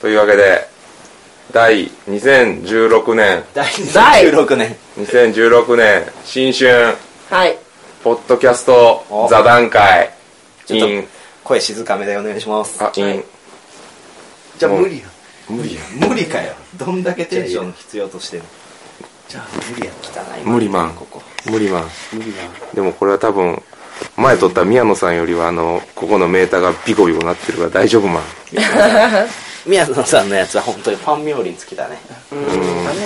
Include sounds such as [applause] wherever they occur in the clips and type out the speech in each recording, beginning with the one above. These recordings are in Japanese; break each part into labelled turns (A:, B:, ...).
A: というわけで第2016年
B: 第
C: 第
B: 16年
A: 2016年新春
C: はい。
A: ポッドキャスト
B: お
A: 座談会
B: ちょっと
A: in
B: 声静かめでお願いします
A: あ in
B: じゃあ
A: もう
B: 無理や
A: 無理や
B: 無理かよどんだけテンション必要としてんのじゃあ無理や汚い
A: 無理マン
B: ここ
A: 無理マン
B: 無理やん
A: でもこれは多分前撮った宮野さんよりはあのここのメーターがビコビコなってるから大丈夫マン
B: 宮野さんのやつは本当にファン冥利に尽きたねうん好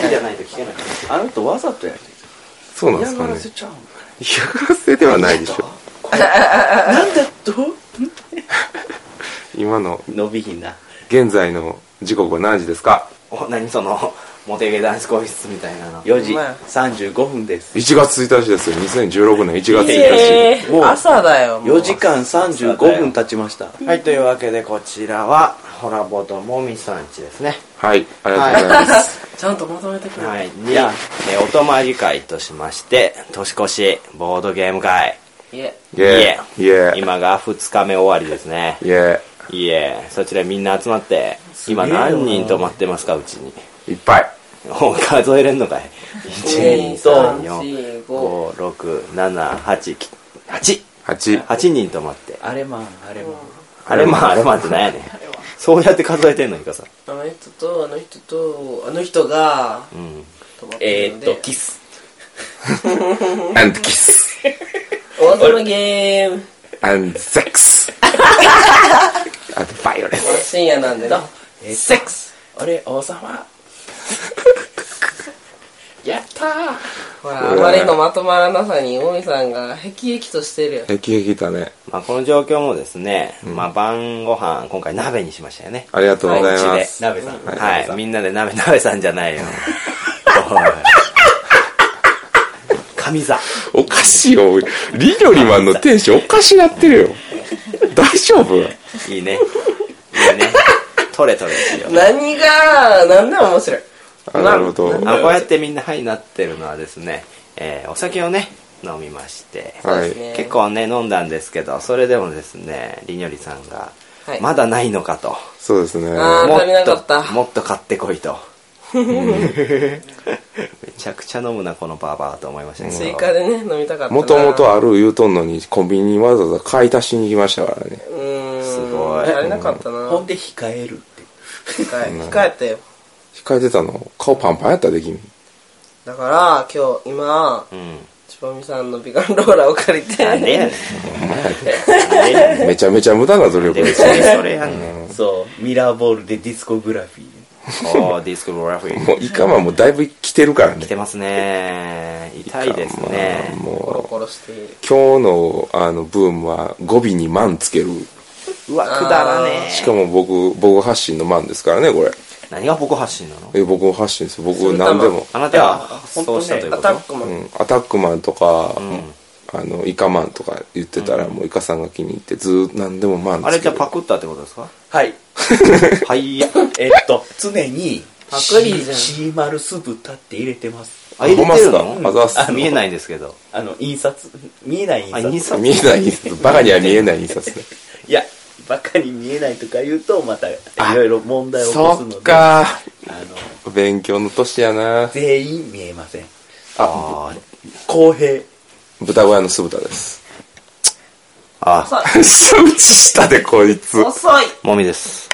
B: きじゃないと聞けなかった
D: あの人わざとやる
A: そうなんで
D: 嫌
A: す
D: が
A: からね
D: せちゃうの
A: 嫌がらせではないでしょ
D: なんだと
A: 今の
D: 伸びひんな
A: 現在の時刻は何時ですか
B: お何そのモテゲダンス教室みたいなの
D: 4時
C: ほんまや
D: 35分です
A: 1月1日ですよ2016年1月1日、
C: え
D: もう
C: ー、朝だよ。もう
D: 4時。間35分経ちました
B: はいというわけでこちらはホラボともみさんちですね
A: はいありがとうございます、
C: ちゃんとまとめてくれ。
B: はいに、えーお泊まり会としまして年越しボードゲーム会
C: いえ。
A: イエーイエーイ
B: 今が2日目終わりですね
A: イエ
B: いえそちらみんな集まって今何人泊まってますかうちに
A: ーイいっぱい
B: お数えれんのかい
C: えー三四五
B: 123456788
A: 8
B: 8人泊まって
D: あれまんあれまん
B: あれまああれまあってなんやねんそうやって数えてんのいかさ
C: あの人と、あの人と、あの人が、
B: うん
C: 止まって
D: えー、
C: るの
D: っ
C: で。
D: とキス
A: and kiss
C: 王様ゲーム。
A: and
C: [laughs]
A: sex and violence
C: 深夜なんでな。セックス
D: 俺王様やったー
C: ほら、あまりのまとまらなさに、大見さんがへきへきとしてるよ。
A: えきへきだね
B: まあこの状況もですね、まあ晩ご飯今回鍋にしましたよね
A: ありがとうございま、
B: です
D: 鍋さん
B: はい、
A: 鍋
B: みんなで鍋鍋さんじゃないよおい神座
A: おかしいよリドリマンのテンションおかしなって
C: [laughs]
A: るよ大丈夫
B: いいねいいねトレトレしよう
C: 何が、なんでも面白い。
A: あなるほど
B: あこうやってみんなはいなってるのはですね、えーお酒をね飲みまして、
C: そう
A: はい
C: ですね。
B: 結。構ね飲んだんですけどそれでもですねりにょりさんが、
C: はい
B: まだないのかと
A: そうですね
C: あー
B: も
C: 足りなか
B: っ
C: った
B: ともっと買ってこい
C: [laughs]
B: とめちゃくちゃ飲むなこのバーバーと思いましたけ
C: 追
B: ど
C: 加でね、飲みたかったな。
A: もともとある言うとんのにコンビニにわざわざ買い足しに行きましたからね
C: うーん。
B: すごい
C: 足りなかったな。
D: ほんで控えるって
C: 控え、控えてよ。
A: 控えてたの顔パンパンやったで君
C: だから、今日、今、
B: うん
C: ちばみさんの美顔ローラーを借りて。
B: なんでやねんなんでやねん
A: めちゃめちゃ無駄な
C: [laughs]
A: 努力
B: で
A: です
B: 別にそれやねん
D: そうミラーボールでディスコグラフィー
B: おーディスクグラフィー
A: もうイカマンもだいぶ来てるから
B: 来
A: ね
B: てますね痛いです
A: ま
B: ね
A: あ
C: コロ
A: も
C: コロしている。
A: う今日のあのブームは語尾に「マン」つける
B: うわくだらね
A: し
B: え
A: かも僕僕発信の「マン」ですからねこれ
B: 何が僕発信なの
A: え僕発信です僕
C: それ
A: 何でも、
B: あなた
D: いや
B: は
D: 本当
B: そう
D: ね
B: したというこ
C: ア
B: と
C: タックマ
A: う
C: ン。
A: ん、アタックマンとか、あのイカマンとか言ってたら、もうイカさんが気に入ってずーっと何でも「マン」
B: あれ
A: つ
B: じ
A: け
B: ゃあ
A: る
B: パクったってことですか
D: はい
A: [laughs]
B: はいや
D: えっと常に
C: パクリじゃん
D: シーマルスブタって入れてます
B: あ入れ
A: ほん
B: てる
A: まっすかあ
B: の
A: ざっす
B: あ見えないんですけど
D: あの印刷見えない印
B: あ
D: 刷
B: 印刷
A: 見えない印刷バカには見えない印刷ね
D: いやバカに見えないとか言うとまたいろいろ問題を起こす
A: そ
D: ので
A: っか
D: あの
A: 勉強の年やな
D: 全員見えません
B: あ
D: 公平
A: 豚小屋の酢豚です
B: あ
C: 遅い。
A: 数値したでこいつ
C: 遅い。
B: もみです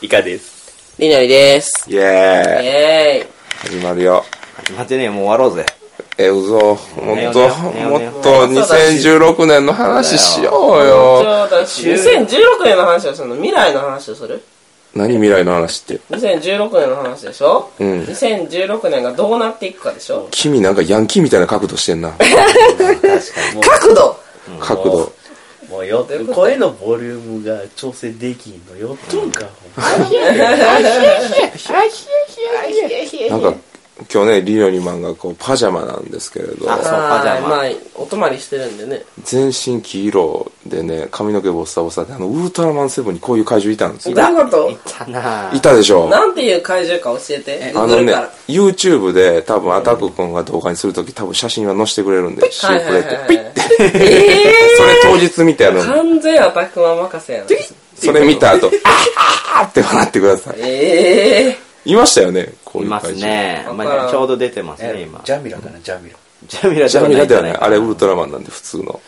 D: いかです
C: りなりです。
A: イエ
C: イ
A: ーイ
C: ェーイ。
A: 始まるよ
B: 始まってねえもう終わろうぜ
A: え嘘もっと
B: ね
A: もっと2016年の話しよう
C: ち
A: よ
C: ょうど2016年の話をするの未来の話をする
A: 何未来の話って
C: ?2016 年の話でしょ
A: うん
C: 2016年がどうなっていくかでしょ
A: 君なんかヤンキーみたいな角度してんな
C: 角度
A: 角度
D: もうよ
C: どういうこと
D: 声のボリュームが調整できんのよっとんかほんま
A: なんか今日ねリオリマンがこうパジャマなんですけれど
B: あそうパジャマ
C: はいまあ、お泊まりしてるんでね。
A: 全身黄色でね髪の毛ボッサボサであのウルトラマンセブンにこういう怪獣いたんですよ
C: どういうこ
B: い
C: と
B: たなあ
A: いたでしょ
C: なんていう怪獣か教えて。
A: あ
C: グ
A: の
C: グる
A: ね
C: から。、
A: YouTube で多分アタック君が動画にするとき多分写真は載せてくれるんで、シ
C: はい
A: ー
C: は
A: プ
C: い
A: レ
C: は
A: っ
C: い
A: て
C: は
A: ピッ
C: い。えー
A: それ当日見てあの、
C: 完全アタックマン任せやな。
A: それ見た後、あーって笑ってください。
C: ええ
A: いましたよね、こう
B: い
A: いう
B: ま
A: 会社。
B: すね。
C: こういう会社
B: まあ、ちょうど出てますね、
D: え
B: 今。
D: ジャミラかなジャミラ
B: ジャミラ
A: ジ
B: で
A: ャ
B: は
A: ミ
B: な
A: ラで
B: いじ
A: は
B: ゃ
A: ないい。
B: か
A: あれウルトラマンなんで、普通の。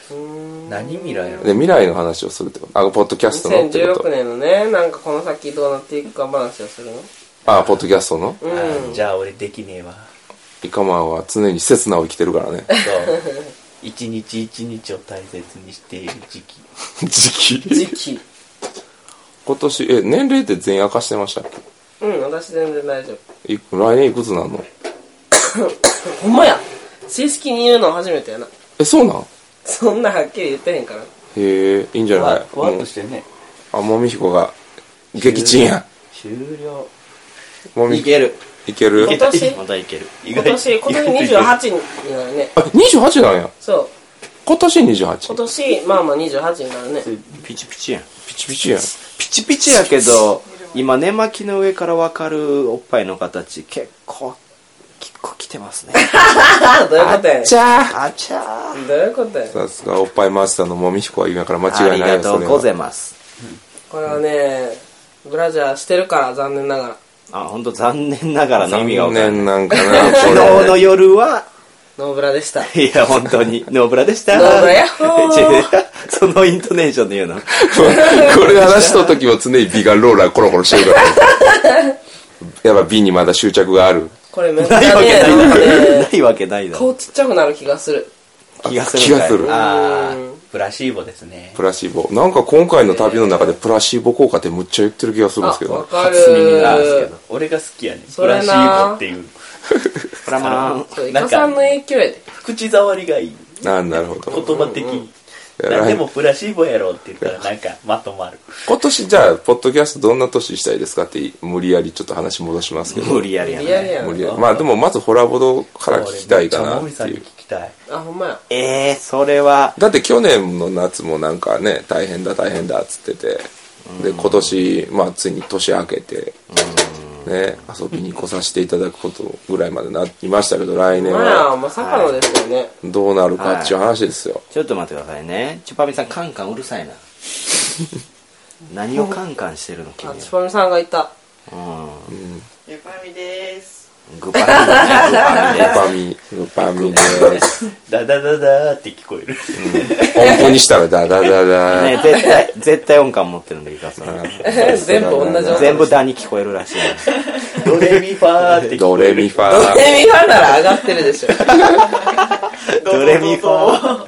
D: 何ミラやろ
A: で、未来の話をするってこと。あ、ポッドキャストのってこ
C: 2016
A: と。
C: 年のねなんかこの先どうなっていくか話をするの
A: あ、ポッドキャストの
C: うん
D: あじゃあ俺できねえわ
A: イカマンは常に刹那を生きてるから
B: [laughs]
A: ね。
D: そう一日一日を大切にしている時期
A: 時期。
C: 時期
A: 今年、え、年齢って全員明かしてましたっ
C: うん私全然大丈夫
A: けいく来年いくつなの
C: ほんまや正式に言うの初めてやな
A: え、そうなん
C: そんなはっきり言ってへんから
A: へえ、いいんじゃ
D: ふ
A: な
D: わ
A: い
D: ふわっ
A: もう
D: としてね
A: あ、もみひこが、激鎮や。
D: 終了
A: もみ
B: いける。
A: いける
C: 今年
B: またいける。
D: 意
C: 今
D: 外
C: 年今年
D: 意外
C: 28になるね
A: あ、28なんや。
C: そう
A: 今年 28?
C: 今年まあまあ28になるね
B: ピチピチやん。
A: ピチピチやん。
B: ピチピチやけど、今、寝巻きの上からわかるおっぱいの形、結構、結構来てます
A: [laughs]
B: ね。
C: ああどういうことやねん
A: じゃあ
B: あちゃー。
C: どういうことやねん
A: さすがおっぱいマスターのもみひこは今から間
B: あ
A: 違い
B: り
A: ない
B: が
A: よ、
B: と
A: そうれ
B: ござい
A: は。
B: ます。
C: これはねブラジャーしてるから残念ながら
B: あ、ほんと残念ながらの意
A: 残
B: 味がわからない。
A: 念なんか
B: [laughs] 昨
A: な、こ
B: 日の夜は、
C: ノーブラでした
B: いや、本当に、ノーブラでした。
C: ノーブラやっほ
B: [laughs]
C: ー
B: そのイントネーションで言うの。
A: れ。これ話した時も常に美がローラーコロコロしてるから。やっぱ美にまだ執着がある。
C: これめっちゃ
B: ないわけ
C: ね
B: ない
C: なん
B: だ
C: か
B: ろ。
C: ね
B: ないわけないだろ。
C: 顔ちっちゃくなる気がする
B: 気がする。
A: 気がする
B: あ
C: う
B: ー
C: ん
D: プラシーボですね
A: プラシーボ。なんか今回の旅の中でプラシーボ効果ってむっちゃ言ってる気がするんですけ
C: あわ
A: ど。
C: かる
B: 初耳なんですけど
D: 俺が好きやね
C: そ
D: プ
C: れな
D: ラシーボっていう
B: プラマン。
C: そうイカさんの影響やで
D: 口触りがいい
A: あなるほ
D: 言
A: ど。
D: 葉的に
A: うん
D: 何でもプラシーボやろって言ったらなんかまとまる
A: 今年じゃあ、ポッドキャストどんな年したいですかって無理やりちょっと話戻しますけど。
B: 無理やりや
C: リアル
B: ね。
C: や
A: 無理
C: ん
A: やり。まあでもまずホラボドから聞きたいか
D: 俺
A: な
D: も
A: っ
D: めっちゃ
A: て
D: も
A: いう
D: みさんに聞。きたい
C: あほんまや
B: えー、それは、
A: だって去年の夏もなんかね大変だ大変だっつっててで今年、まあ、ついに年明けて、ね、遊びに来させていただくことぐらいまでなりましたけど来年
C: まあ
A: は
C: まさかのですよね
A: どうなるかっていう話ですよ、
B: ちょっと待ってくださいね。チュパミさん、カンカンうるさいな。何をカンカンしてるの君
C: あ
B: は。
C: ちぱみさんがいた
B: うん。
E: ゆかみです。
B: グパミだね。
A: パミルパミです
D: ダダダダーって聞こえる
A: 音符にしたらダダダ
B: グパ
A: ダ
B: [laughs]
C: [laughs]
B: ミね、絶対、絶対音感持ってるんで、イカさん。
C: [laughs] 全部同じ音
B: 全部ダに聞こえるらしいね。
D: ドレミファーって聞
A: ド
D: こ
A: レ
D: え
A: ミ
D: る
A: ファ
C: ドレミファンなら上がってるでしょ
B: ドレミファー。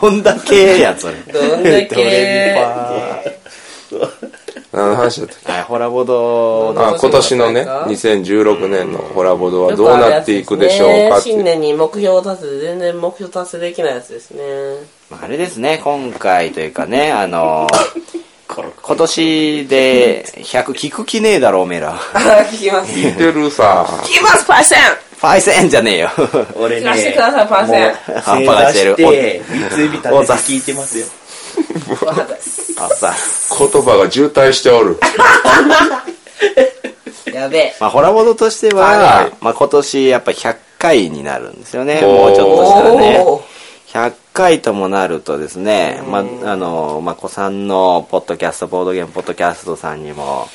B: どんだけや、それ。
C: どんだ
B: ドレ
C: け
B: ミファ
A: 何の話だったっけ
B: ー。はい、ホラボドの
A: あ今年のね2016年のホラボドはどうなっていくでしょうかって
C: 新年に目標を立てて全然目標達成できないやつですね
B: まああれですね、今回というかね、あのー
C: [laughs]
B: 今年で100聞く気ねえだろ、おめえら。フ
C: あ聞きます聞
A: 言ってるさ
C: きますパーセン
B: ァイセンじゃねえよ。
D: 俺
C: 聞かせて
D: ね
C: くださいパーセン
B: 半端がしてる
D: 正座して三つ指立てて聞いてますよ
C: わかったです
B: あさ。
A: 言葉が渋滞しておる
C: [laughs] やべえ
B: まあ、ホラボドとして
A: は、
B: はいまあ、今年やっぱ100回になるんですよね。もうちょっとしたらね。
C: おー
B: 100回ともなるとですね、まあ、あの、まあ、子さんのポッドキャスト、ボードゲームポッドキャストさんにも、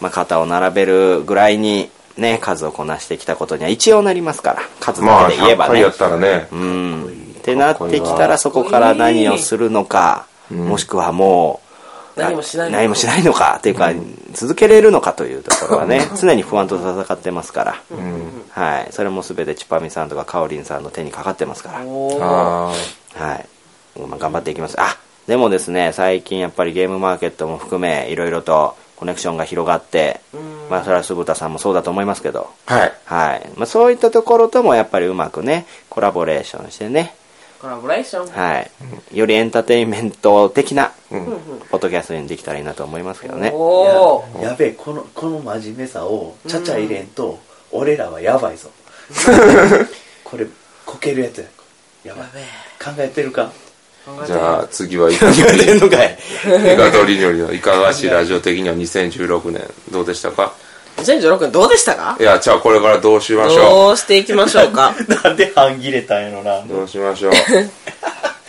B: まあ、肩を並べるぐらいに、ね、数をこなしてきたことには一応なりますから、数
A: ま
B: だ
A: あ
B: けで言え
A: 100
B: ば
A: 回
B: ね。
A: やったらね
B: うん。ってなってきたら、そこから何をするのか、もしくはもう、
C: 何もしない
B: 何もしないのか、っていうか、続けれるのかというところはね、常に不安と戦ってますから、はい。それも全てチュパミさんとかカオリンさんの手にかかってますから。
C: おー
A: あー
B: はい。まあ、頑張っていきます。あ、でもですね、最近やっぱりゲームマーケットも含め、いろいろとコネクションが広がって、まあ、それは鈴田さんもそうだと思いますけど、
A: はい
B: はい。まあ、そういったところともやっぱりうまくね、コラボレーションしてね、
C: コラボレーション
B: はい。よりエンターテインメント的な、ポッドキャストにできたらいいなと思いますけどね。
C: おお
D: ややべえこのこの真面目さをちゃちゃ入れんと、俺らはやば
A: [laughs]
D: いぞこれこけるやつややばい考えてるか [laughs]
A: じゃあ次はイカ
B: 言われん
A: [laughs]
B: のかい。
A: イカドリニョリのいかがわしいラジオ的には2016年どうでしたか
C: 2016年どうでしたか
A: いやじゃあこれからどうしましょ
C: どうしていきましょう
A: [laughs]
C: か
D: なんで半切れたんやろな
A: うどうしましょう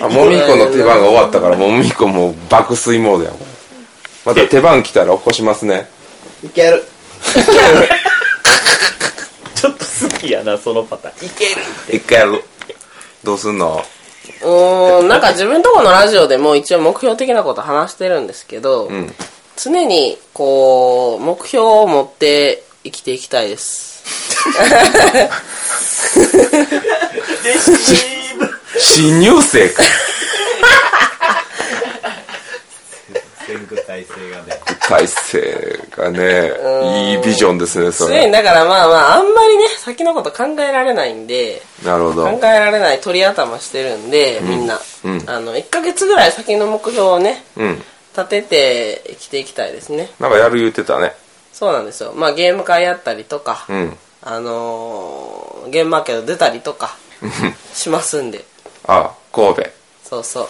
A: あもみこの手番が終わったからもみこもう爆睡モードやまた手番来たら起こしますね。
D: いける
F: [laughs] ちょっと好きやな、そのパターン。
C: いける
A: 一回やる。どうすんの
C: うーんなんか自分とこのラジオでも一応目標的なこと話してるんですけど、
A: うん。
C: 常にこう目標を持って生きていきたいです
A: 新入生か。
F: 全国体制がね。
A: 体制がね、いいビジョンですね、そ
C: 常に
A: れ。
C: だからまあまああんまりね先のこと考えられないんで
A: なるほ
C: 考え
A: ど。
C: られない鳥頭してるんで、みんな、
A: うん
C: あの1ヶ月ぐらい先の目標をね
A: うん。
C: 立てて生きていきたいですね
A: なんかやる言ってたね。
C: そうなんですよまあゲーム会やったりとか、
A: うん。
C: あのー、ゲームマーケット出たり
A: [laughs]
C: とかしますんで
A: あ、神戸。
C: そうそ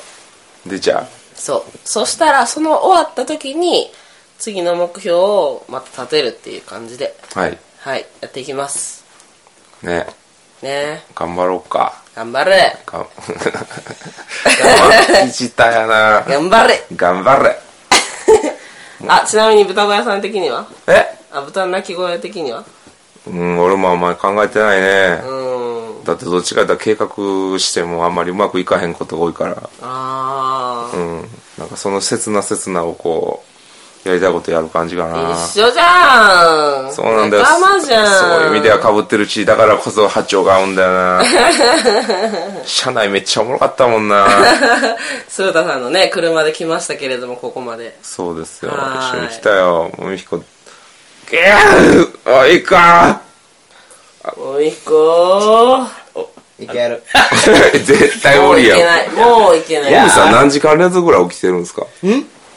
C: う
A: 出ちゃう。
C: そうそしたらその終わった時に次の目標をまた立てるっていう感じで
A: はい。
C: はいやっていきます
A: ね。
C: ね
A: 頑張ろうか。
C: え頑張れ [laughs]
A: 頑頑張りしたやな。
C: 頑張れ
A: 頑張れ。
C: あちなみに豚小屋さん的には
A: え
C: あ豚の鳴き声的には
A: うん、俺もあんまり考えてないうね。
C: ーん
A: だってどっちかだ計画してもあんまりうまくいかへんことが多いから。
C: あ
A: う
C: ー
A: ん。なんかその切な切なをこう、やりたいことやる感じかな。
C: 一緒じゃん
A: そうなんだよ。
C: 仲間じゃん
A: そういう意味では被ってるし、だからこそ波長が合うんだよ
C: [laughs]
A: な。車内めっちゃおもろかったもんな。
C: 鶴田さんのね車で来ましたけれどもここまで
A: そうですよ。
C: は
A: 一緒
C: ーい
A: に来たよ。もみひこ。ギャーあ、いいか
C: おいこー
D: いける
A: [laughs] 絶対無
C: もうい
A: 理
C: け
A: やん。
C: ないもういけない
A: もみさん何時間連続ぐらい起きてるんですか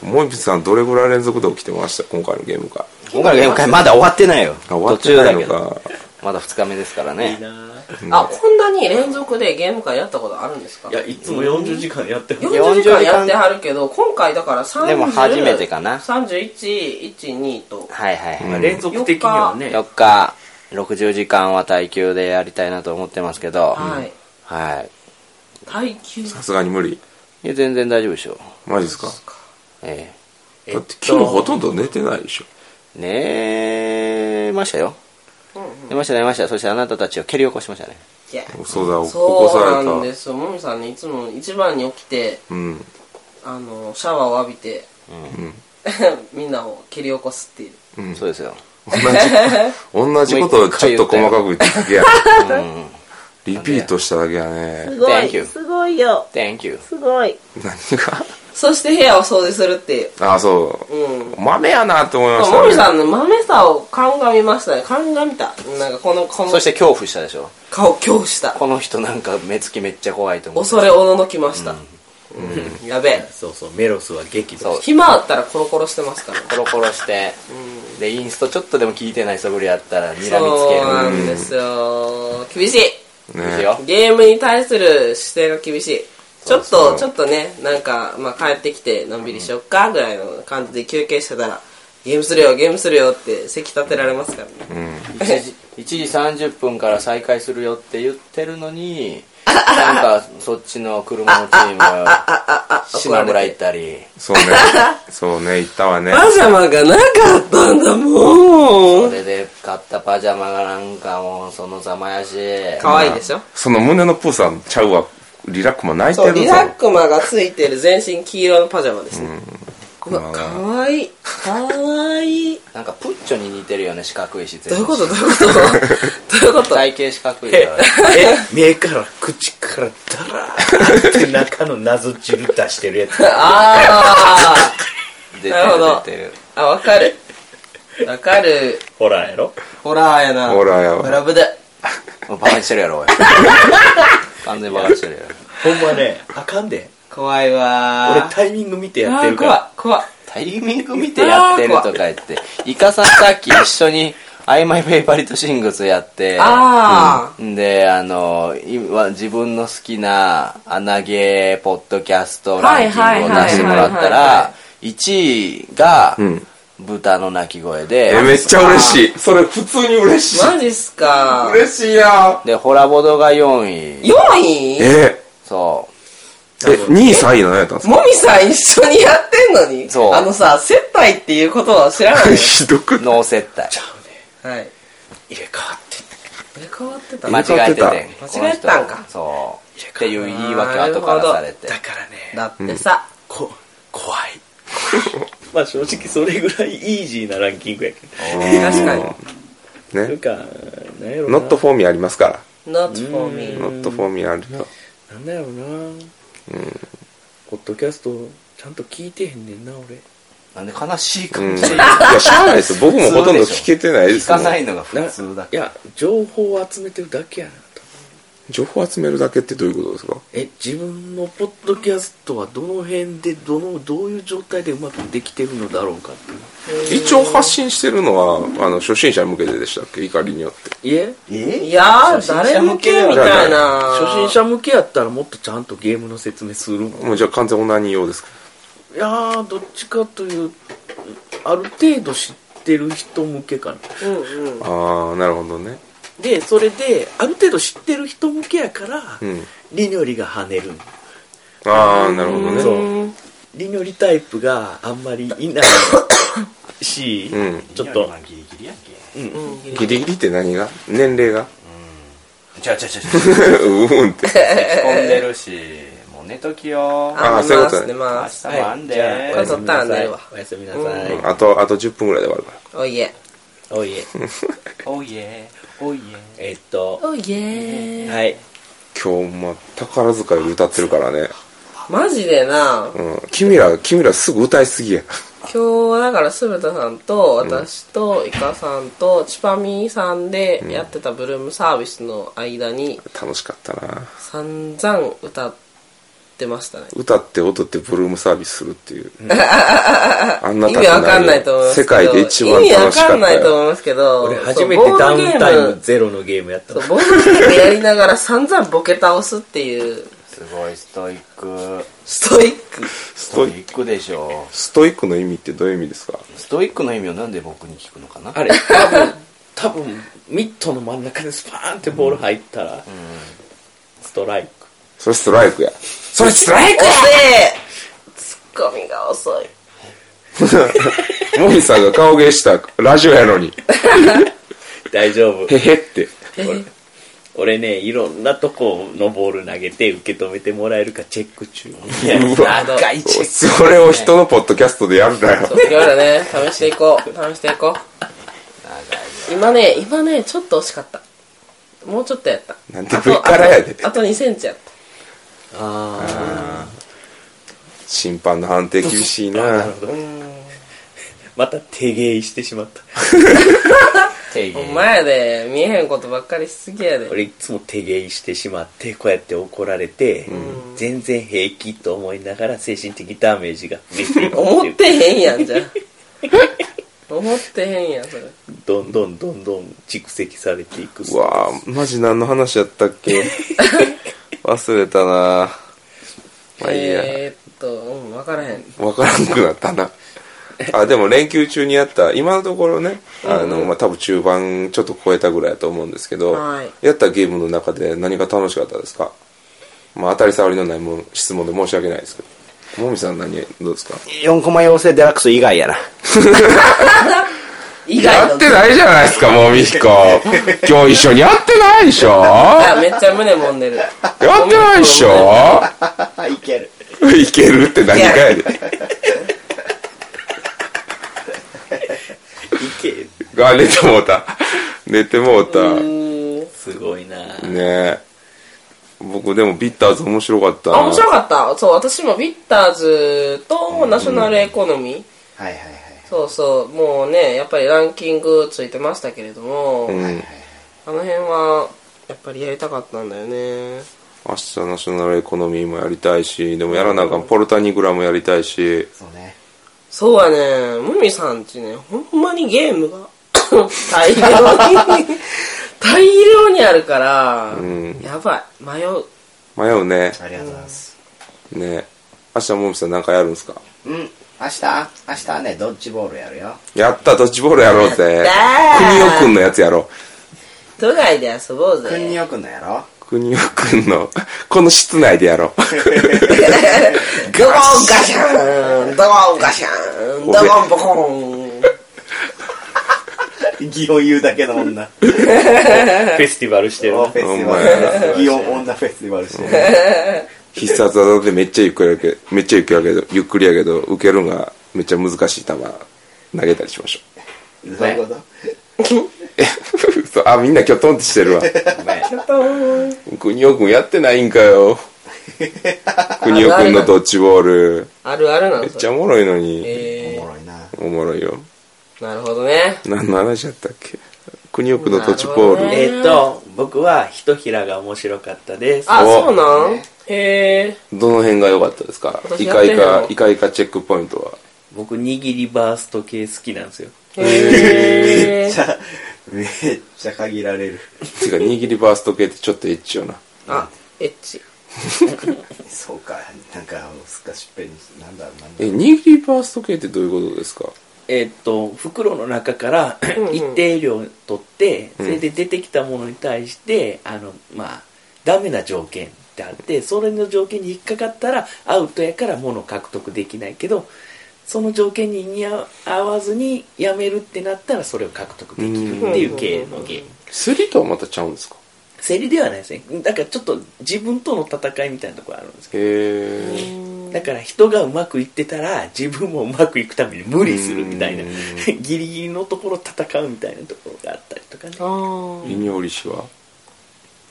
A: もみさんどれぐらい連続で起きてました今回のゲームか。
B: 今回のゲーム会まだ終わってないよ。
A: あ終わ
B: 途
A: って
B: 中
A: な
B: だ
A: い
B: け
A: の
B: ど。
A: か。
B: まだ2日目ですからね。
C: あこんなに連続でゲーム会やったことあるんですか
D: いやいつも40時間やってる
C: 40時間やってはるけど今回だから30
B: でも初めてかな
C: 3112と
B: はいはいはい。
D: 連続的にはね
B: 4日、60時間は耐久でやりたいなと思ってますけど。。
C: はいい
B: はい。
C: 耐久
A: さすがに無理。
B: いや全然大丈夫でしょう。
A: マジですか。
B: え
A: だって昨日ほとんど寝てないでしょ。
B: え。寝ましたよ。寝ました寝ました。そしてあなたたちを蹴り起こしましたね。
C: いや
A: そうだ、起こ
C: そう
A: さ
C: なん
A: れ
C: で
A: た。
C: すよもみさんねいつも一番に起きて
A: うん。
C: あのシャワーを浴びて、 [laughs] みんなを蹴り起こすっていう
B: そうですよ。
C: [laughs]
A: 同じことをちょっと細かく言ってただけやね
C: [laughs]
A: リピートしただけやね
B: ごい Thank you
C: すごいよ
B: Thank you.
C: すごい
A: 何が
C: そして部屋を掃除するっていう
A: ああそう、
C: うん
A: 豆やなって思いました、ね、
C: もみさんの豆さを鑑みましたね鑑みたなんかこのこの
B: そして恐怖したでしょ。
C: 顔恐怖した
B: この人なんか目つきめっちゃ怖いと思う。
C: 恐れおののきました、うんやべえ
F: そうそう、メロスは激怒。
B: そう。
C: 暇あったらコロコロしてますからね
B: コロコロして、で、インストちょっとでも聞いてない素振りあったら睨みつける。
C: そうなんですよ厳しい
B: です
A: ね
B: よ。
C: ゲームに対する姿勢が厳しいちょっ
A: そうそ
C: と
A: う
C: ちょっとねなんか、まあ、帰ってきてのんびりしよっかぐらいの感じで休憩してたらゲームするよゲームするよって席立てられますからね、
B: 1時1時30分から再開するよって言ってるのになんかそっちの車のチームが島村行ったり
A: そうねそうね言ったわね
C: パジャマがなかったんだも
B: そうれで買ったパジャマがなんかもうそのざまやし
C: 可愛いでしょ
A: その胸のプーさんちゃうわリラックマ泣いて
C: そう
A: る
C: リ
A: ぞ
C: ラックマがついてる全身黄色のパジャマですね、う
A: ま
C: わ
A: あ
C: かわいいかわいい
B: なんかプッチョに似てるよね四角いし
C: ど
B: 全
C: ういう
B: 部
C: ことどういうことどういうこと
B: 体型四角いから
F: え、目から口からダラーって中の謎汁出してるやつ。
C: あ
B: 出てる
C: なるほど
B: 出てる
C: ああわかるわかる
F: ホラーやろ
C: ホラーやな
A: ほらや
C: ブ
A: わ
C: ラブだ
B: もうバカにしてるや
C: [laughs]
B: ろおい完全にバカにしてるやろ
F: ほんまね、あかんで。
C: 怖い
F: 俺
C: わ
F: タイミング見て
C: ー
F: やってるか
C: あ
F: ら。
C: ー怖い怖い
B: タイミング見てやってるとか言って [laughs] イカさんさっき一緒に「アイマイフェイバリットシングス」やって
C: あ
B: で、あの、今、自分の好きな、穴毛、ポッドキャストランキングを出してもらった
C: はいはいはいはいは
B: ら、1位が
A: うん、
B: 豚の鳴き声で
A: え、めっちゃ嬉しいそれ普通に嬉しい
C: マジっすか
A: 嬉しいな
B: で、ホラボドが4位。
C: 4位
A: え
B: そ
A: え、2位、3位の何やったんですか
C: もみさん一緒にやってんのに
B: そう
C: あのさ接待っていうことは知らない
A: ひどく
B: 脳接待
C: はい
F: 入れ替わって
C: 入れ替わってた
B: 間違えてて
A: 間違
C: ってた間違えてたんか
B: この人そうっていう言い訳を後からされて
F: だからね
C: だってさ、
F: こ怖い [laughs] まあ正直それぐらいイージーなランキングやけど
C: 確かに
F: なん
A: ね。
F: かなんやろな
A: ノットフォーミーありますから。
C: Not for me
A: ノットフォーミーあるよ。
F: なんだろうなポッドキャストちゃんと聞いてへんねんな俺
B: なんで悲しい
A: うん。
B: 感
A: い
B: じで
A: や、しゃあないですよ。僕もほとんど聞けてないで
B: 聞
A: すも
B: か
A: ん。
B: ないのが
F: な
B: 普通だ
F: いや情報を集めてるだけやなと
A: 情報集めるだけってどういうことですか
F: え自分のポッドキャストはどの辺でどのどういう状態でうまくできてるのだろうかっていう
A: 一応発信してるのは、あの、初心者向けてでしたっけ怒りによって。
F: いえ
C: いやー誰向けみたいな
F: 初心者向けやったらもっとちゃんとゲームの説明するもん
A: もうじゃあ完全オナニー用ですか
F: いやーどっちかというある程度知ってる人向けかな
C: うんうん
A: ああ、なるほどね。
F: でそれである程度知ってる人向けやから、
A: うん。
F: リニョリが跳ねる
A: ああ、なるほどね。
F: そうリニョリタイプがあんまりいないし、
A: うん
F: ちょっと
B: まあギリギリやんけ
A: ギリギリって何が年齢が [laughs]
B: ちゃちゃちゃちゃ
A: うーんって。
B: 落ち込んでるしもう寝ときよ
A: あー
C: 寝
A: そういうこ
C: ま
A: とね
C: す寝
B: 明
C: ます
B: 日もあんで、
C: これ取ったら寝るわ
F: おやすみなさい、
A: あと、あと10分ぐらいで終わるから。
C: おいえ
F: おいえ
B: おいえおいえ
F: えっと
C: おいえ
F: はい
A: 今日、まあ、宝塚より歌ってるからね。
C: マジでな
A: うん。君ら、君らすぐ歌いすぎや。 [laughs]
C: 今日はだから鶴田さんと私とイカさんとチパミーさんでやってたブルームサービスの間に
A: 楽しかったな
C: 散々歌ってましたね
A: 歌って踊ってブルームサービスするって
C: [laughs]
A: いう。あんな
C: 意味わかんないと思います
A: 世
C: けど
A: 界で一番楽しかったよ。
C: 意味わかんないと思いますけど
F: 俺初めてダウンタイム
C: ム
F: ゼロのゲームやった
C: そうボードゲームやりながら散々ボケ倒すっていう
B: [laughs] すごいストイック
C: ストイック
A: ス
B: スト
A: ト
B: イ
A: イ
B: ックでしょ
A: ストイックの意味ってどういう意味ですか
B: ストイックの意味をなんで
D: [laughs]
B: 僕に聞くのかな
F: あれ多分多分ミットの真ん中でスパーンってボール入ったら、ストライク
A: それストライクや。それストライ
C: 遅えツッコミが遅い
A: クもみさんが顔芸したラジオやのに、
F: 大丈夫
A: へへって。
F: 俺俺ねいろんなとこのボール投げて受け止めてもらえるかチェック中いや
A: うわ
B: 長いチェック
A: それを人のポッドキャストでやるなよ。
C: いろいろね試していこう試していこう今ね今ねちょっと惜しかったもうちょっとやった
A: なんで V からやで
C: あとあと2センチやっ
A: 審判の判定厳しいな
F: また手芸してしまった
B: 定
C: た
B: 義
C: お前で見えへんことばっかりしすぎやで
F: 俺いつも手芸してしまってこうやって怒られて、全然平気と思いながら精神的ダメージが増えていくってい
C: 思
F: う
C: ってへんやんじゃあ [laughs] 思ってへんやんそれ
F: どんどんどんどん蓄積されていく
A: うわぁ、マジ何の話やったっ
B: [laughs]
A: け忘れたなまあいいや。
C: えー、っとうん分からへん
A: わからんくなったな。あ、でも連休中にやった、今のところね、あの、まあ、多分中盤ちょっと超えたぐらいだと思うんですけど、
C: はい
A: やったゲームの中で何が楽しかったですかまあ、当たり障りのないもん質問で申し訳ないですけど。もみさん何、どうですか
B: 4コマ妖精デラックス以外やな
C: 以外
A: や
C: の
A: ってないじゃないですか、もみひこ。今日一緒にやってないでしょ
C: あ
A: や
C: めっちゃ胸もんで
A: [laughs]
C: る
A: ってないでしょ
B: いける
A: [laughs] いけるって何かやで。
F: け
A: あ、寝てもうた。寝てもうた。
F: すごいな
A: ねえ僕でもビッターズ面白かったな
C: あ面白かったそう私もビッターズとナショナルエコノミー、
B: はいはいはい
C: そうそうもうねやっぱりランキングついてましたけれども、
A: うん
C: あの辺はやっぱりやりたかったんだよね
A: 明日ナショナルエコノミーもやりたいしでもやらなあかんポルタニグラもやりたいし
B: そうね
C: そうやねもみさんちねほんまにゲームが [laughs] 大
B: [laughs]
C: 量に大量にあるから、
A: ん
C: やばい迷う
A: 迷うね
B: ありがとうございます
A: ね明日もみさんなんかやるんすか
B: うん明日明日はねドッジボールやるよ
A: やったドッジボールやろうぜ
B: [laughs]
C: やったー
A: 国尾くんのやつやろ
C: 都外で遊ぼう
B: くんに
C: ぜ
B: よくんのやろ
A: う国尾くんの、この室内でやろ
C: ドボンガシャーンドボンガシャーンドボンボコン
D: 擬音言うだけの女。フ
F: フェスティバルしてるな
D: ェスティ
A: お前
D: バル。擬音女フェスティバルして
A: う。
D: る。
A: 必殺技でめっちゃゆっくりやけめっちゃゆっくりやけど、ゆっくりやけど、受けるんがめっちゃ難しい球、投げたりしましょう。
D: どういうこと
A: え、そう、あ、みんなきょとんってしてるわ。国尾くんやってないんかよ。国尾くんのドッジボール。
C: あるあるな
A: め
C: ん
A: っちゃおもろいのに。
C: え
D: おもろいな。
A: おもろいよ。
C: ー、なるほどね
A: 何の話やったっけ国尾くんのドッジボ
C: なるほど
A: ール。
C: ね
F: えっと僕はひとひらが面白かったです
C: あ
A: お
C: そうなんへえ
A: どの辺が良かったですか
C: 私
A: イ
C: やっ
A: カ
C: てへ
A: イ
C: ん
A: カ
C: わ、
A: イカイカチェックポイントは。
F: 僕握りバースト系好きなんですよ
C: へえ
D: じゃあめっちゃ限られる。
A: てか、握りバースト系ってちょっとエッチよな。
C: あエッチ
D: そうか、なんか、すっかしっぺにして、なんだ、なんだ
A: え、。握りバースト系ってどういうことですか
F: えっと袋の中から
C: うん
F: [coughs] 一定量取ってそれで出てきたものに対してあのまあダメな条件ってあってそれの条件に引っかかったらアウトやから物を獲得できないけどその条件に似合わずにやめるってなったらそれを獲得できるっていう系のゲーム
A: 釣りとはまたちゃうんですか
F: 競りではないですねだからちょっと自分との戦いみたいなところあるんですけ
A: へえ。
F: どだから人がうまくいってたら自分もうまくいくために無理するみたいな
A: うん
F: [laughs] ギリギリのところ戦うみたいなところがあったりとかね
C: あー
A: 利尿利子は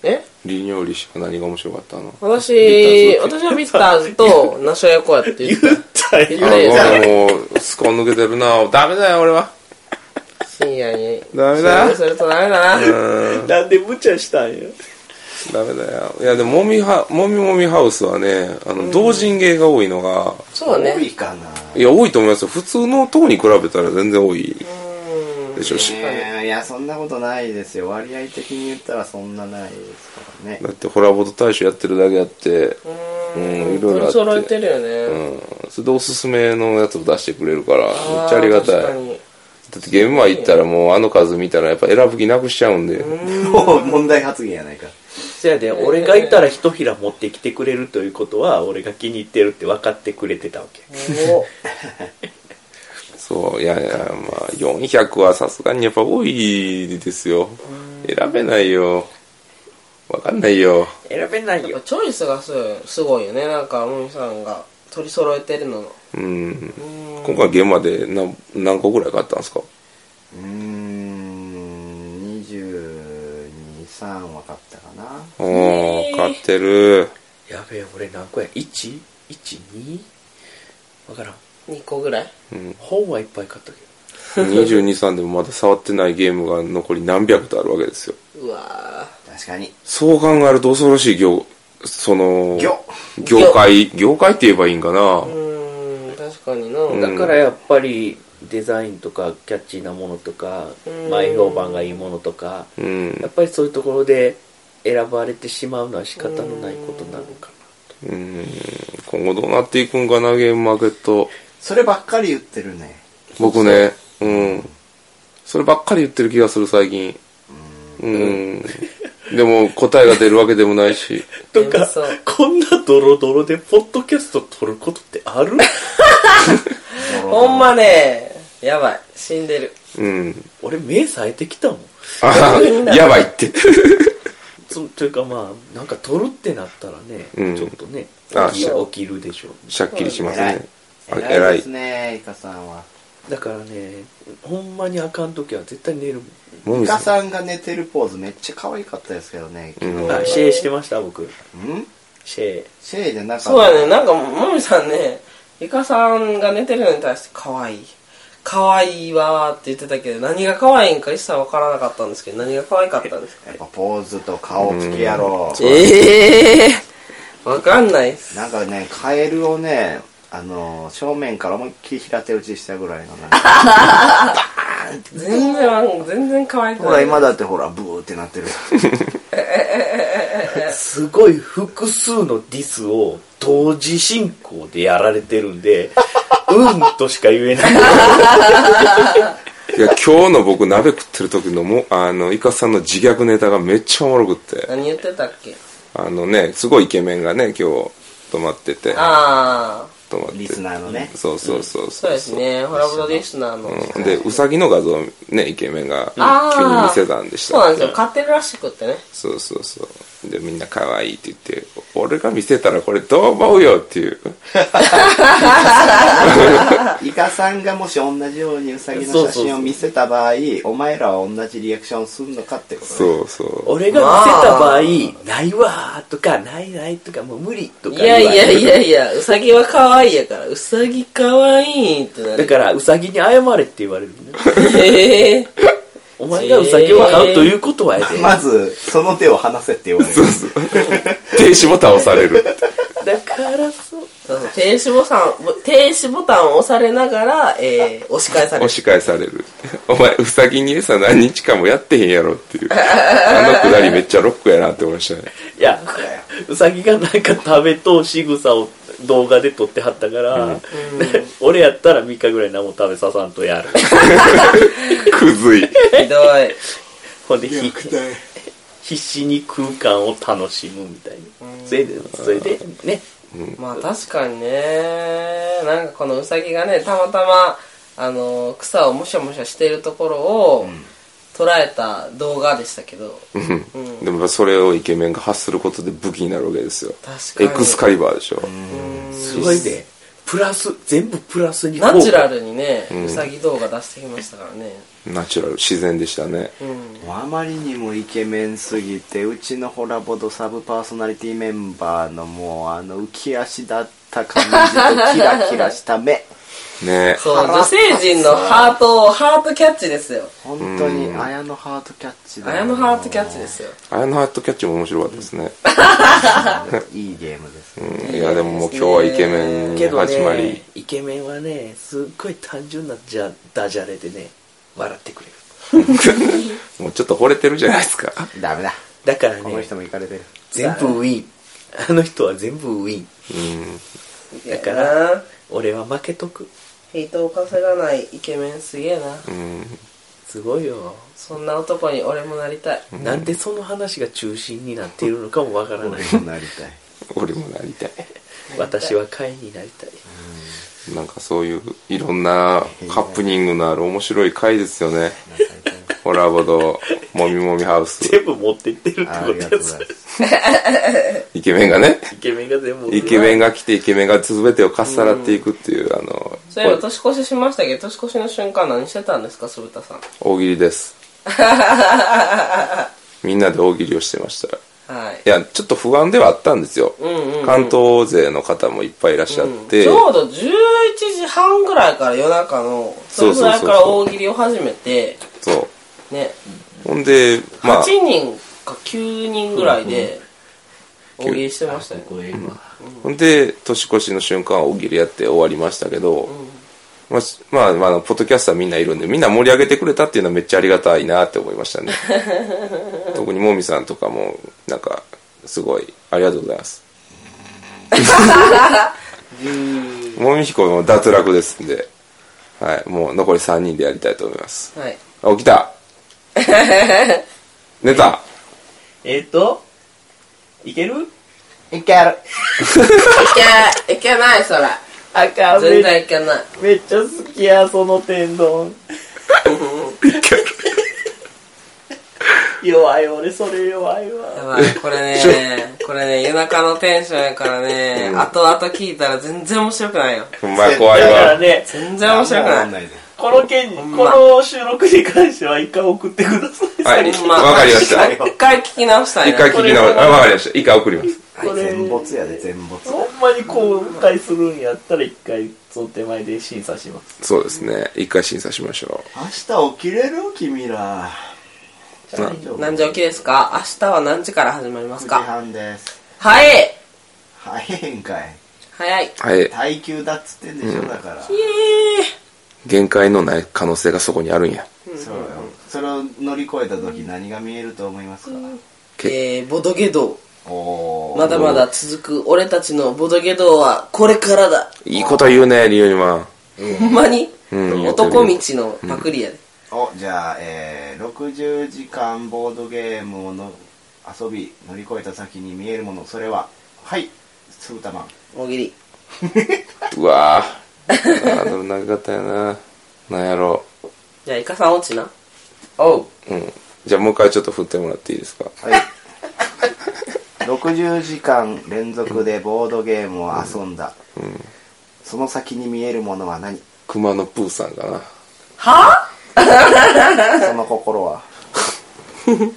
C: え
A: 利尿利子は何が面白かったの
C: 私私はビスターズとナショヤコやって言っ
F: 大変
C: て
A: あ、
C: で
A: もうもう、スコーン抜けてるな。ダメだよ、俺は。
C: 深夜に
A: ダメだ
C: それとダメだな
A: うん、
F: なんで無茶したんよ
A: ダメだよ。いや、でも、もみは、もみもみハウスはね、あの、同人芸が多いのが、
C: そうだ
D: 多
C: ね
D: いかな。
A: いや、多いと思いますよ。普通の塔に比べたら全然多いでしょうし。
D: えーいや、そんなことないですよ。割合的に言ったらそんなないですからね。
A: だって、ホラボト大賞やってるだけあって、うん、いろい
C: 取
A: ろあ
C: り揃え
A: って
C: て。るよね
A: うん、それでおすすめのやつを出してくれるからめっ
C: ー
A: ちゃありがたい
C: 確か
A: だ
C: に
A: ってゲームマ行ったらもうあの数見たらやっぱ選ぶ気なくしちゃうんで
D: もう問題発言やないか。
F: そやで俺がいたらひとひら持ってきてくれるということは俺が気に入ってるって分かってくれてたわけ
C: お
A: そういやいやまあ400はさすがにやっぱ多いですよ選べないよわかんないよ
F: 選べない
C: やっ
F: よ
C: ぱチョイスがすごいすごいよねなんかもみさんが取り揃えてるのの
A: うん今回ゲームマで何何個ぐらい買ったんですか
D: うーん、22、3は買ったかな。
A: おー買ってる
F: やべえ俺何個や 1?12? 分からん
C: 2個ぐらい
F: 本はいっぱい買ったけど
A: 223でもまだ触ってないゲームが残り何百とあるわけですよ
C: うわ
D: 確かに。
A: そう考えると恐ろしい業その
D: 業
A: 業界業界って言えばいいんかな、
C: ーうーん確かにな、
A: ん
F: だからやっぱりデザインとかキャッチーなものとか
C: うん
F: 前評判がいいものとか
A: うん
F: やっぱりそういうところで選ばれてしまうのは仕方のないことなのか
A: うん今後どうなっていくんかなゲームマーケット
D: そればっかり言ってるね。
A: 僕ねうんそればっかり言ってる気がする最近うんでも答えが出るわけでもないし
F: なとか
C: そう
F: こんなドロドロでポッドキャスト撮ることってある
C: ほんまねやばい死んでる
A: うん
F: 俺目冴えてきたもん
A: ああやばいって
F: そというかまあなんか撮るってなったらね、
A: うん
F: ちょっとね
A: あ
F: 起きる起きるでしょう
A: しゃっきりしますねあ
D: 偉
A: 偉
D: い
A: い
D: ですね、イカさんは。
F: だからねほんまにあかん時は絶対寝るもん
A: も
D: イ
A: み
D: カ
A: さん
D: さんが寝てるポーズめっちゃ可愛かったですけどね。
A: うん
F: あシェイしてました僕
D: ん
F: シェイ
D: シェイじゃなかった。
C: そうやねなんかもみさんねイカさんが寝てるのに対して可愛い可愛いわーって言ってたけど何が可愛いんか一切わからなかったんですけど何が可愛かったんですか
D: やっぱポーズと顔つきやろ。
C: ええー、わかんないっす
D: なんかね、カエルをね、あの、正面から思いっきり平手打ちしたぐらいのなんか
C: 全然わん全然可愛く
D: ほ
C: な
D: ら
C: い
D: 今だってほらブーってなってる
F: すごい複数のディスを同時進行でやられてるんで、 [laughs] うんとしか言えない。
A: いや今日の僕鍋食ってる時のもあのイカさんの自虐ネタがめっちゃおもろくって
C: 何言ってたっけ
A: あのねすごいイケメンがね今日泊まってて
C: ああ、
A: 泊まって
B: リスナーのね
A: そうそうそう
C: そうですね。ホラボドリスナーの。
A: うんでうさぎの画像ねイケメンが
C: あ
A: 急に見
C: あ
A: せたんでした
C: そうなんですよ。買ってるらしくってね。
A: そうそうそうでみんな可愛いって言って俺が見せたらこれどう思うよっていう
G: イカさんがもし同じようにウサギの写真を見せた場合お前らは同じリアクションするのかってことね
A: そうそう
F: 俺が見せた場合、ないわーとか、ないないとか、もう無理とか
C: い
F: 言わ
C: や
F: れ
C: い
F: る。
C: やいやいや、うさぎは可愛いやから、うさぎ可愛いってな
F: だ
C: る。
F: から、ウサギに謝れって言われるね。
C: へえ
F: お前がウサギを買うということはや
C: [laughs]
F: で。
G: まずその手を離せって言われる
A: 停止ボタン押される
F: だからそう。
C: そうそう停止ボタン、停止ボタンを押されながら、えー、押し返さ
A: 押
C: れる。
A: し返されるお前ウサギに餌何日間もやってへんやろっていうあのくだりめっちゃロックやなって思いましたね
F: いや、ウサギがなんか食べと仕草を動画で撮ってはったから、 [laughs] 俺やったら3日ぐらい何も食べささんとやる。
A: くずい
C: ひどい。
F: ほんで、ひ必死に空間を楽しむみたいな。それで、それで、ね。
C: まあ確かにねなんかこのウサギがねたまたまあの草をもしゃもしゃしてるところを捉えた動画でしたけど、
A: うんでもやっぱそれをイケメンが発することで武器になるわけですよ
C: 確か
A: エ
C: に
A: クスカリバーでしょ
F: すごいね。プラス、全部プラスに
C: ナチュラ
F: ル。
C: ルにね、ウサギ動画出してきましたからね
A: ナチュラル自然でしたね
C: うん
G: あまりにもイケメンすぎてうちのホラボドサブパーソナリティメンバーのもうあの浮き足だった感じとキラキラした目
A: ね
C: そう女性陣のハートをハートキャッチですよ
G: 本当に綾のハートキャッチだ
C: 綾のハートキャッチですよ
A: あのハットキャッチも面白かったですね、
B: [laughs]
G: いいゲームですね
A: うんいやでももう今日はイケメンに
F: けど
A: 始まり、
F: ね、イケメンはね、すっごい単純なじゃダジャレでね、笑ってくれる。
A: もうちょっと惚れてるじゃないですか
G: ダメだ
F: だから
G: この
F: ね、
G: 人も行かれてる
F: 全部ウィン。あの人は全部ウィン。だから、
C: ら
F: 俺は負けとく。
C: ヘイトを稼がないイケメンすげえな、
A: うん
F: すごいよ。
C: そんな男に俺もなりたい、
F: なんでその話が中心になっているのかもわからない。
G: 俺もなりたい
A: 俺もなりたい
F: 私は会になりたい。
A: なんかそういういろんなハプニングのある面白い回ですよねホラボドもみもみハウ
C: [laughs]
A: ス
F: 全部持ってってるって
G: あ
F: こ
G: あ
F: と
G: りがとう
F: で
G: ござい
F: す
G: ま。す
A: イケメンがね
F: イケメンが全部。
A: イケメンが来てイケメンが全てをかっさらっていくっていう、あの
C: そういえば年越ししましたけど年越しの瞬間何してたんですか酢豚さん
A: 大喜利です
C: [laughs]
A: みんなで大喜利をしてました
C: はい
A: いやちょっと不安ではあったんですよ、
C: んうんうん
A: 関東勢の方もいっぱいいらっしゃって、
C: ちょうど11時半ぐらいから夜中のそ
A: そうそうそうそう
C: れぐらいから大喜利を始めて
A: そ
C: ね、
A: うほんでま
C: 8
A: あ
C: 人か9人ぐらいで大喜利してましたよ、
F: これ今
A: ほんで年越しの瞬間は大喜利やって終わりましたけど、まあしまあ、まあ、ポッドキャスターみんないるんでみんな盛り上げてくれたっていうのはめっちゃありがたいなって思いましたね特にもみさんとかもなんかすごいありがとうございますもみひこも脱落ですんで、はい、もう残り3人でやりたいと思います
C: はい
A: あ起きた寝た
F: えっと、いける
G: いける
C: いけいけないそれ
F: あかん
C: 全然いけない
F: めっちゃ好きや、その天丼。弱い、俺それ弱いわ。
C: やばいこれねこれね夜中のテンションやからね後々聞いたら全然面白くないよ
A: お前怖い
F: だから
A: わ
F: ね、
C: 全然面白くない
G: ないね
F: この件、こ
C: んま
F: の収録に関しては一回送ってください。
A: はい
C: ほんま
A: わかりました
C: 一回聞き直したい
A: 一
C: な
A: 回聞き直し、あ、わかりました。一回送ります。
G: はい全没やで全没
F: ほんまに後悔するんやったら一回、その手前で審査します。
A: そうですね。一回審査しましょ
G: 明日起きれる君ら
A: な
C: 何時起きですか明日は何時から始まります
G: 9時
C: か
G: 半です
C: 早い
G: 早いんかい
C: 早い。
A: う。はい。
G: 耐久だっつってんでしょだから
A: 限界のない可能性がそこにあるんや。
G: そうよそれを乗り越えた時何が見えると思いますか
C: えー、ボドゲ道。
G: お
C: ま
G: ー
C: だまだ続く俺たちのボドゲ道はこれからだ。
A: いいこと言うね、リュウには。
C: ほんまに、
A: うん
C: 男道のパクリやで。
G: おじゃあえー60時間ボードゲームをの
B: 遊び乗り越えた先に見えるものそれははい酢豚まん
C: 大喜利
A: うわぁ。ハードル長かったよな。なんやろ
C: じゃあイカさん落ちな
H: おう
A: う。うん。じゃあもう一回ちょっと振ってもらっていいですか。
B: はい60時間連続でボードゲームを遊んだ、その先に見えるものは何
A: 熊のプーさんかな。
B: その心は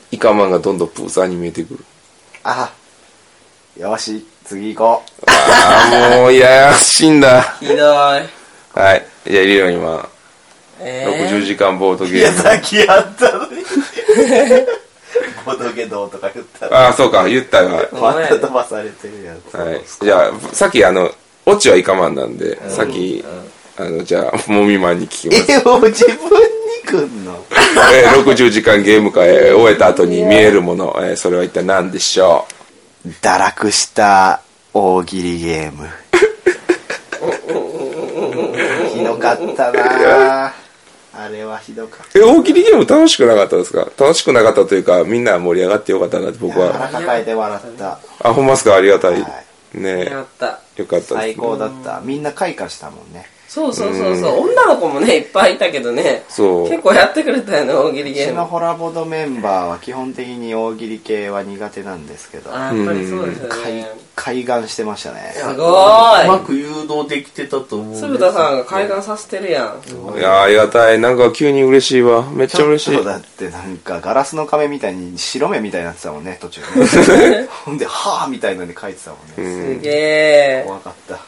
A: イカマンがどんどんプーさんに見えてくる。
B: あよし次行こ
A: ああ、もう、いやらしいんだ。
C: ひどい
A: はい。じゃあ、リロ今、
C: え
A: 60時間ボード
B: うい
A: ゲーム。
B: さっきやったのにボードゲどうとか言ったら
A: ああ、そうか、言ったわ。
B: また飛ばされてるやん
A: はい。じゃあ、さっきあの、オチはイカマンなんで、さっき、あの、じゃあ、もみまんに聞きます。
B: えもう自分に来んの
A: [laughs] えー60時間ゲーム会えー終えた後に見えるもの、えーそれは一体何でしょ
B: 堕落した大喜利ゲーム [laughs] ひどかったなああれはひどかっ
A: うえ大喜利ゲーム楽しくなかったですか楽しくなかったというかみんな盛り上がってよかったなって僕
B: た
A: は
B: 腹抱えて笑った
A: あほんますかありがたい、
B: は
A: ね
C: やった
A: えよかったで
B: 最
A: す、ね、
B: 高だったみんな開花したもんね
C: そうそうそうそう女の子もねいっぱいいたけどね
A: そう
C: 結構やってくれたよね大喜利
B: う
C: ゲ
B: ち
C: ー
B: の
C: ム
B: ホラボドメンバーは基本的に大喜利系は苦手なんですけど
C: あやっぱりそうですよね
B: 開眼してましたね
C: す
D: う
C: ご
D: ま
C: い
D: く誘導できてたと思う
C: 鶴田さんが開眼させてるやん
A: いやーありがたいなんか急に嬉しいわめっちゃ嬉しい
B: そうだってなんかガラスの仮面みたいに白目みたいになってたもんね途中ねほんで「はあ」みたいのに書いてたもんね、
C: すげえ
B: 怖かった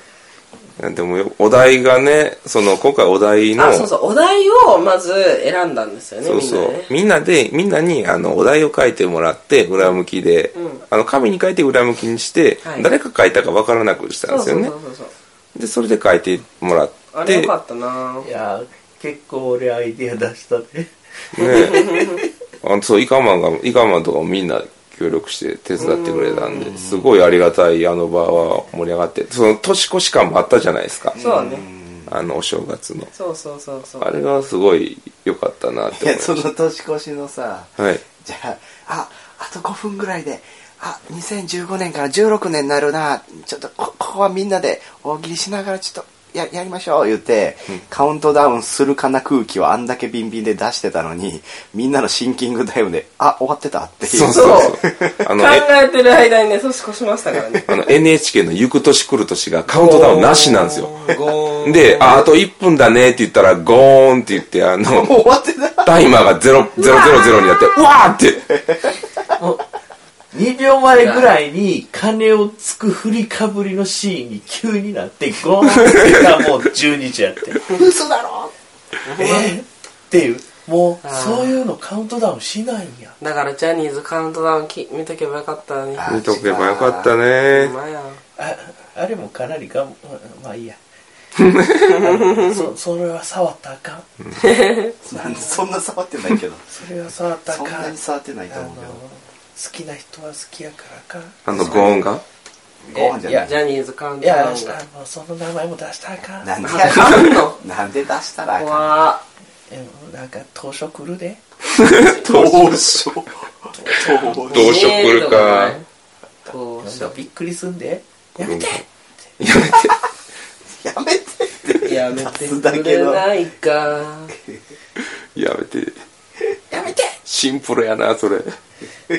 A: でもよお題がねその今回お題の
C: あそうそうお題をまず選んだんですよね
A: そう
C: みんな
A: そう
C: ね
A: みんなでみんなにあのお題を書いてもらって裏向きで、あの紙に書いて裏向きにして、
C: はい
A: 誰が書いたか分からなくしたんで
C: そう
A: すよ
C: そう
A: ね
C: そうそうそう
A: でそれで書いてもらって
C: あれよかったない
D: やー結構俺アイディア出したね
A: ねあそうイカマンがイカマンとかもみんな協力して手伝ってくれたんですごいありがたいあの場は盛り上がってその年越し感もあったじゃないですか
C: そうね
A: あのお正月の
C: そうそうそうそう
A: あれがすごい良かったなって
B: い
A: 思い
B: や
A: ま
B: そ
A: し
B: の年越しのさ
A: たはい
B: じゃあああと5分ぐらいであ2015年から16年になるなちょっとこここはみんなで大喜利しながらちょっとややりましょう言って、カウントダウンするかな空気をあんだけビンビンで出してたのにみんなのシンキングタイムであ終わってたっていう
A: そうそうそうあ
C: 考
A: のえ
C: えてる間にね年越しましたからね
A: あの NHK の「ゆく年来る年」がカウントダウンなしなんですよ
C: ゴーン
A: でああと1分だねって言ったらゴーンって言ってあの
B: 終わってた
A: タイマーが000になってうわーって
D: 2秒前ぐらいに金をつく振りかぶりのシーンに急になってゴーンってがもう12時やって
B: 嘘だろ
D: えー、っていうもうそういうのカウントダウンしないんや
C: だからジャニーズカウントダウンき見とけばよかったのに
A: 見とけばよかったね
C: ほんまやん
D: ああれもかなりがん [laughs] まあい
B: [laughs]
D: いやあそそれは触ったらあかん
B: なんでそんな触ってないけど
D: それは触ったら
B: そ
D: あ
B: ん
D: か
B: なんに触ってない
D: あ
B: と
D: の
B: 思うけど
D: 好きな人は好きやからあかん
A: あのゴーンが
B: ご飯じゃ
D: いや
B: ない
C: ジャニーズカウン
D: い
C: トダ
D: や
C: ウ
D: あ
C: ンが
D: のその名前も出したらあかん
B: なんで
C: あんの
B: なんで出したらあかん
C: 怖っ
D: えなんか当初来るで
B: どうしようどうしよ
A: 同
B: う
A: 色来るか
C: どうし
D: なんかびっくりすんでやめて
B: やめて
C: やめてくれないか
A: やめてやめてシンプルやなそれ
C: ジ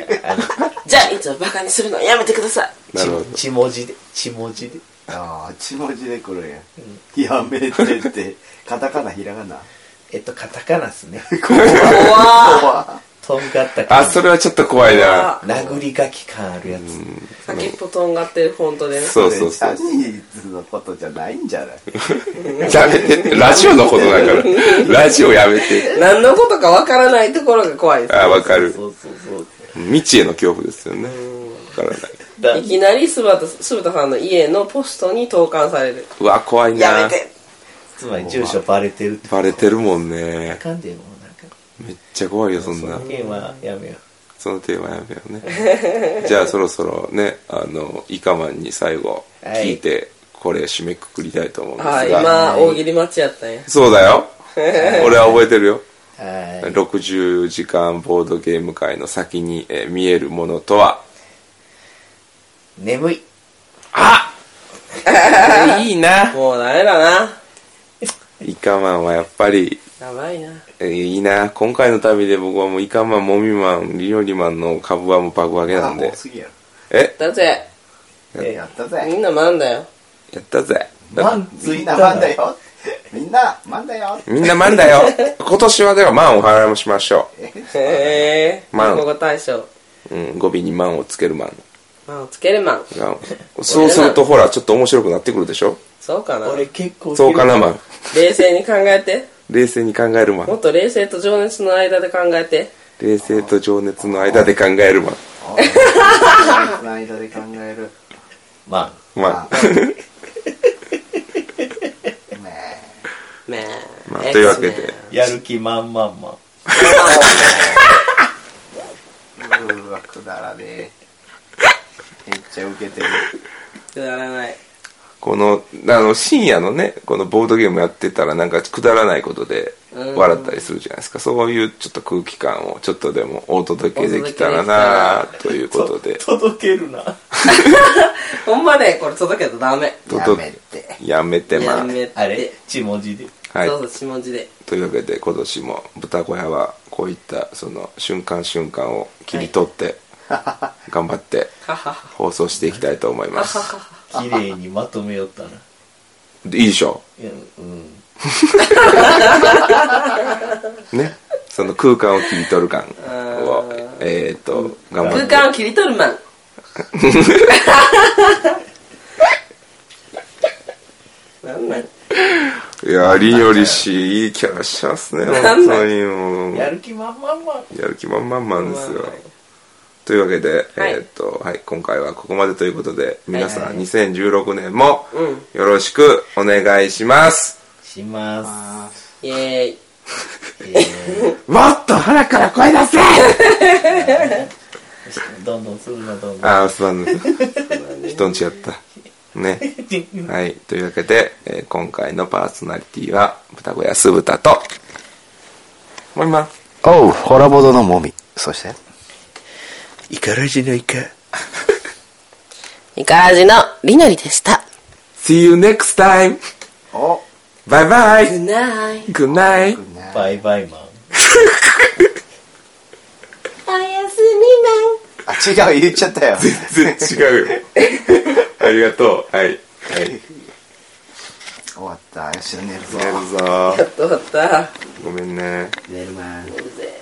C: ャニーズをバカにするのやめてください
A: なるほど
D: 血文字で血文字で
B: ああ、血文字で来るやん。やめて
D: [laughs]
B: って。カタカナ、ひらがな。
D: えっとカタカナっ
B: [laughs]
D: すね
C: 怖っ
D: とんがった
A: あ
D: 感
A: それはちょっと怖いな
D: 殴り書き感あるやつ
C: 先っぽとんがってるフォントでね
A: そうそうそ
B: れジャニーズのことじゃないんじゃないう
A: [laughs] やめてラジオのことだからラジオやめて
C: 何のことかわからないところが怖いです
A: あわかる
D: そうそうそう
A: 未知への恐怖ですよねわからない
D: だ
C: いきなり柴田すぶたさんの家のポストに投函される
A: うわ怖い
C: や
A: な
C: めて
D: つまり住所バレてるって
A: バレてるもんね
D: あかんでもうなんか
A: めっちゃ怖いよそん
D: そ
A: な
D: の件はやめよう
A: そのテーマやめようね [laughs] じゃあそろそろねあのイカマンに最後
D: はい
A: 聞いてこれ締めくくりたいと思うんです
C: はい
A: が、
D: [laughs]
C: 今大喜利待ちやったんや
A: そうだよ俺は覚えてるよ
B: はい
A: 60時間ボードゲーム会の先に、えー見えるものとは
B: 眠い
A: いいな
C: もうダメだな。
A: イカマンはやっぱり、
C: やばいな。
A: えーいいな今回の旅で僕はもうイカマンモミマンリオリマンの株はもう爆上げなん
G: も
A: で
G: うすぎやろ
A: え
C: だぜ。
G: えやった
C: み
G: ぜ
C: んなマンだよ。
A: やったぜ
D: 満
G: みんなマンだよみんなマンだよ
A: みんなマンだよ今年はではマンを払いしましょ
C: へえ。
A: マン
C: 国語大賞。
A: う、うん、語尾にマンをつけるマン
C: マンをつけるマン。
A: がそうするとほらちょっと面白くなってくるでしょ
C: そうかな。
D: 俺結構
A: そうかなマン
C: 冷静に考えて。
A: 冷静に考えるマ
C: もっ
A: ン
C: と冷静と情熱の間で考えて。
A: 冷静と情熱の間で考えるマン
G: その間で考える
B: ま
A: まあ、
G: ね
C: ねえ。
A: [laughs] まあ、というわけで、
D: やる気満々マン
G: えうわくだらねえめっちゃウケてる
C: くだらない。
A: この、あの、深夜のね、このボードゲームやってたら、なんかくだらないことで、笑ったりするじゃないですか。そういうちょっと空気感を、ちょっとでもお届けできたらなということで、
D: 届けるな
C: ほんまね、これ届けたらダメ。
A: と
G: やめて
A: やめてま
C: やめて。
D: あれ血文字で
A: あ、はい
C: ど。うぞ、下地で。
A: というわけで、今年も豚小屋は、こういった、その、瞬間瞬間を切り取って、頑張
C: [laughs]
A: って、
C: ははは。
A: 放送していきたいと思い
C: [laughs]
A: ます。
D: 綺麗にまとめよったな
A: でいいでしょ
D: いやうん
A: ね。その空間を切り取る感を、えーっと、頑張っ
C: 空
A: て。
C: 間を切り取るマン。なんなん
A: いや、りよりし、いいキャラしちゃうっ [laughs] すね、
C: なん
A: 本
C: だ
A: 当にもう。
D: や
A: や
D: る気満々マン
A: る気満々なんですよ。というわけで、
C: はい
A: えーっと、はい、今回はここまでということで、皆さん、2016年も、よろしくお願いします。
D: しま
C: イエーイ。
A: もっと腹から声出せ
D: すどんどんするなどんどん
A: ああ、すまんね。人んちやった。ね。はい、というわけで、えー今回のパーソナリティは、豚小屋酢豚と、もう今、
G: [laughs] おうホラボドのもみそして
D: イカラジのイカ
C: イカ味のりのりでした。
A: See you next time!
G: お
A: バイバイ
C: ナイ
A: Good night!
D: バイバイマン
C: おやす
G: あ違う言っちゃ
A: [laughs]
G: ったよ
A: 全然違うよありがとうはいはい
G: 終わったよし寝るぞ
A: やるぞ
C: みな。どうだった
A: ごめんね
G: 寝るまー
C: うぜ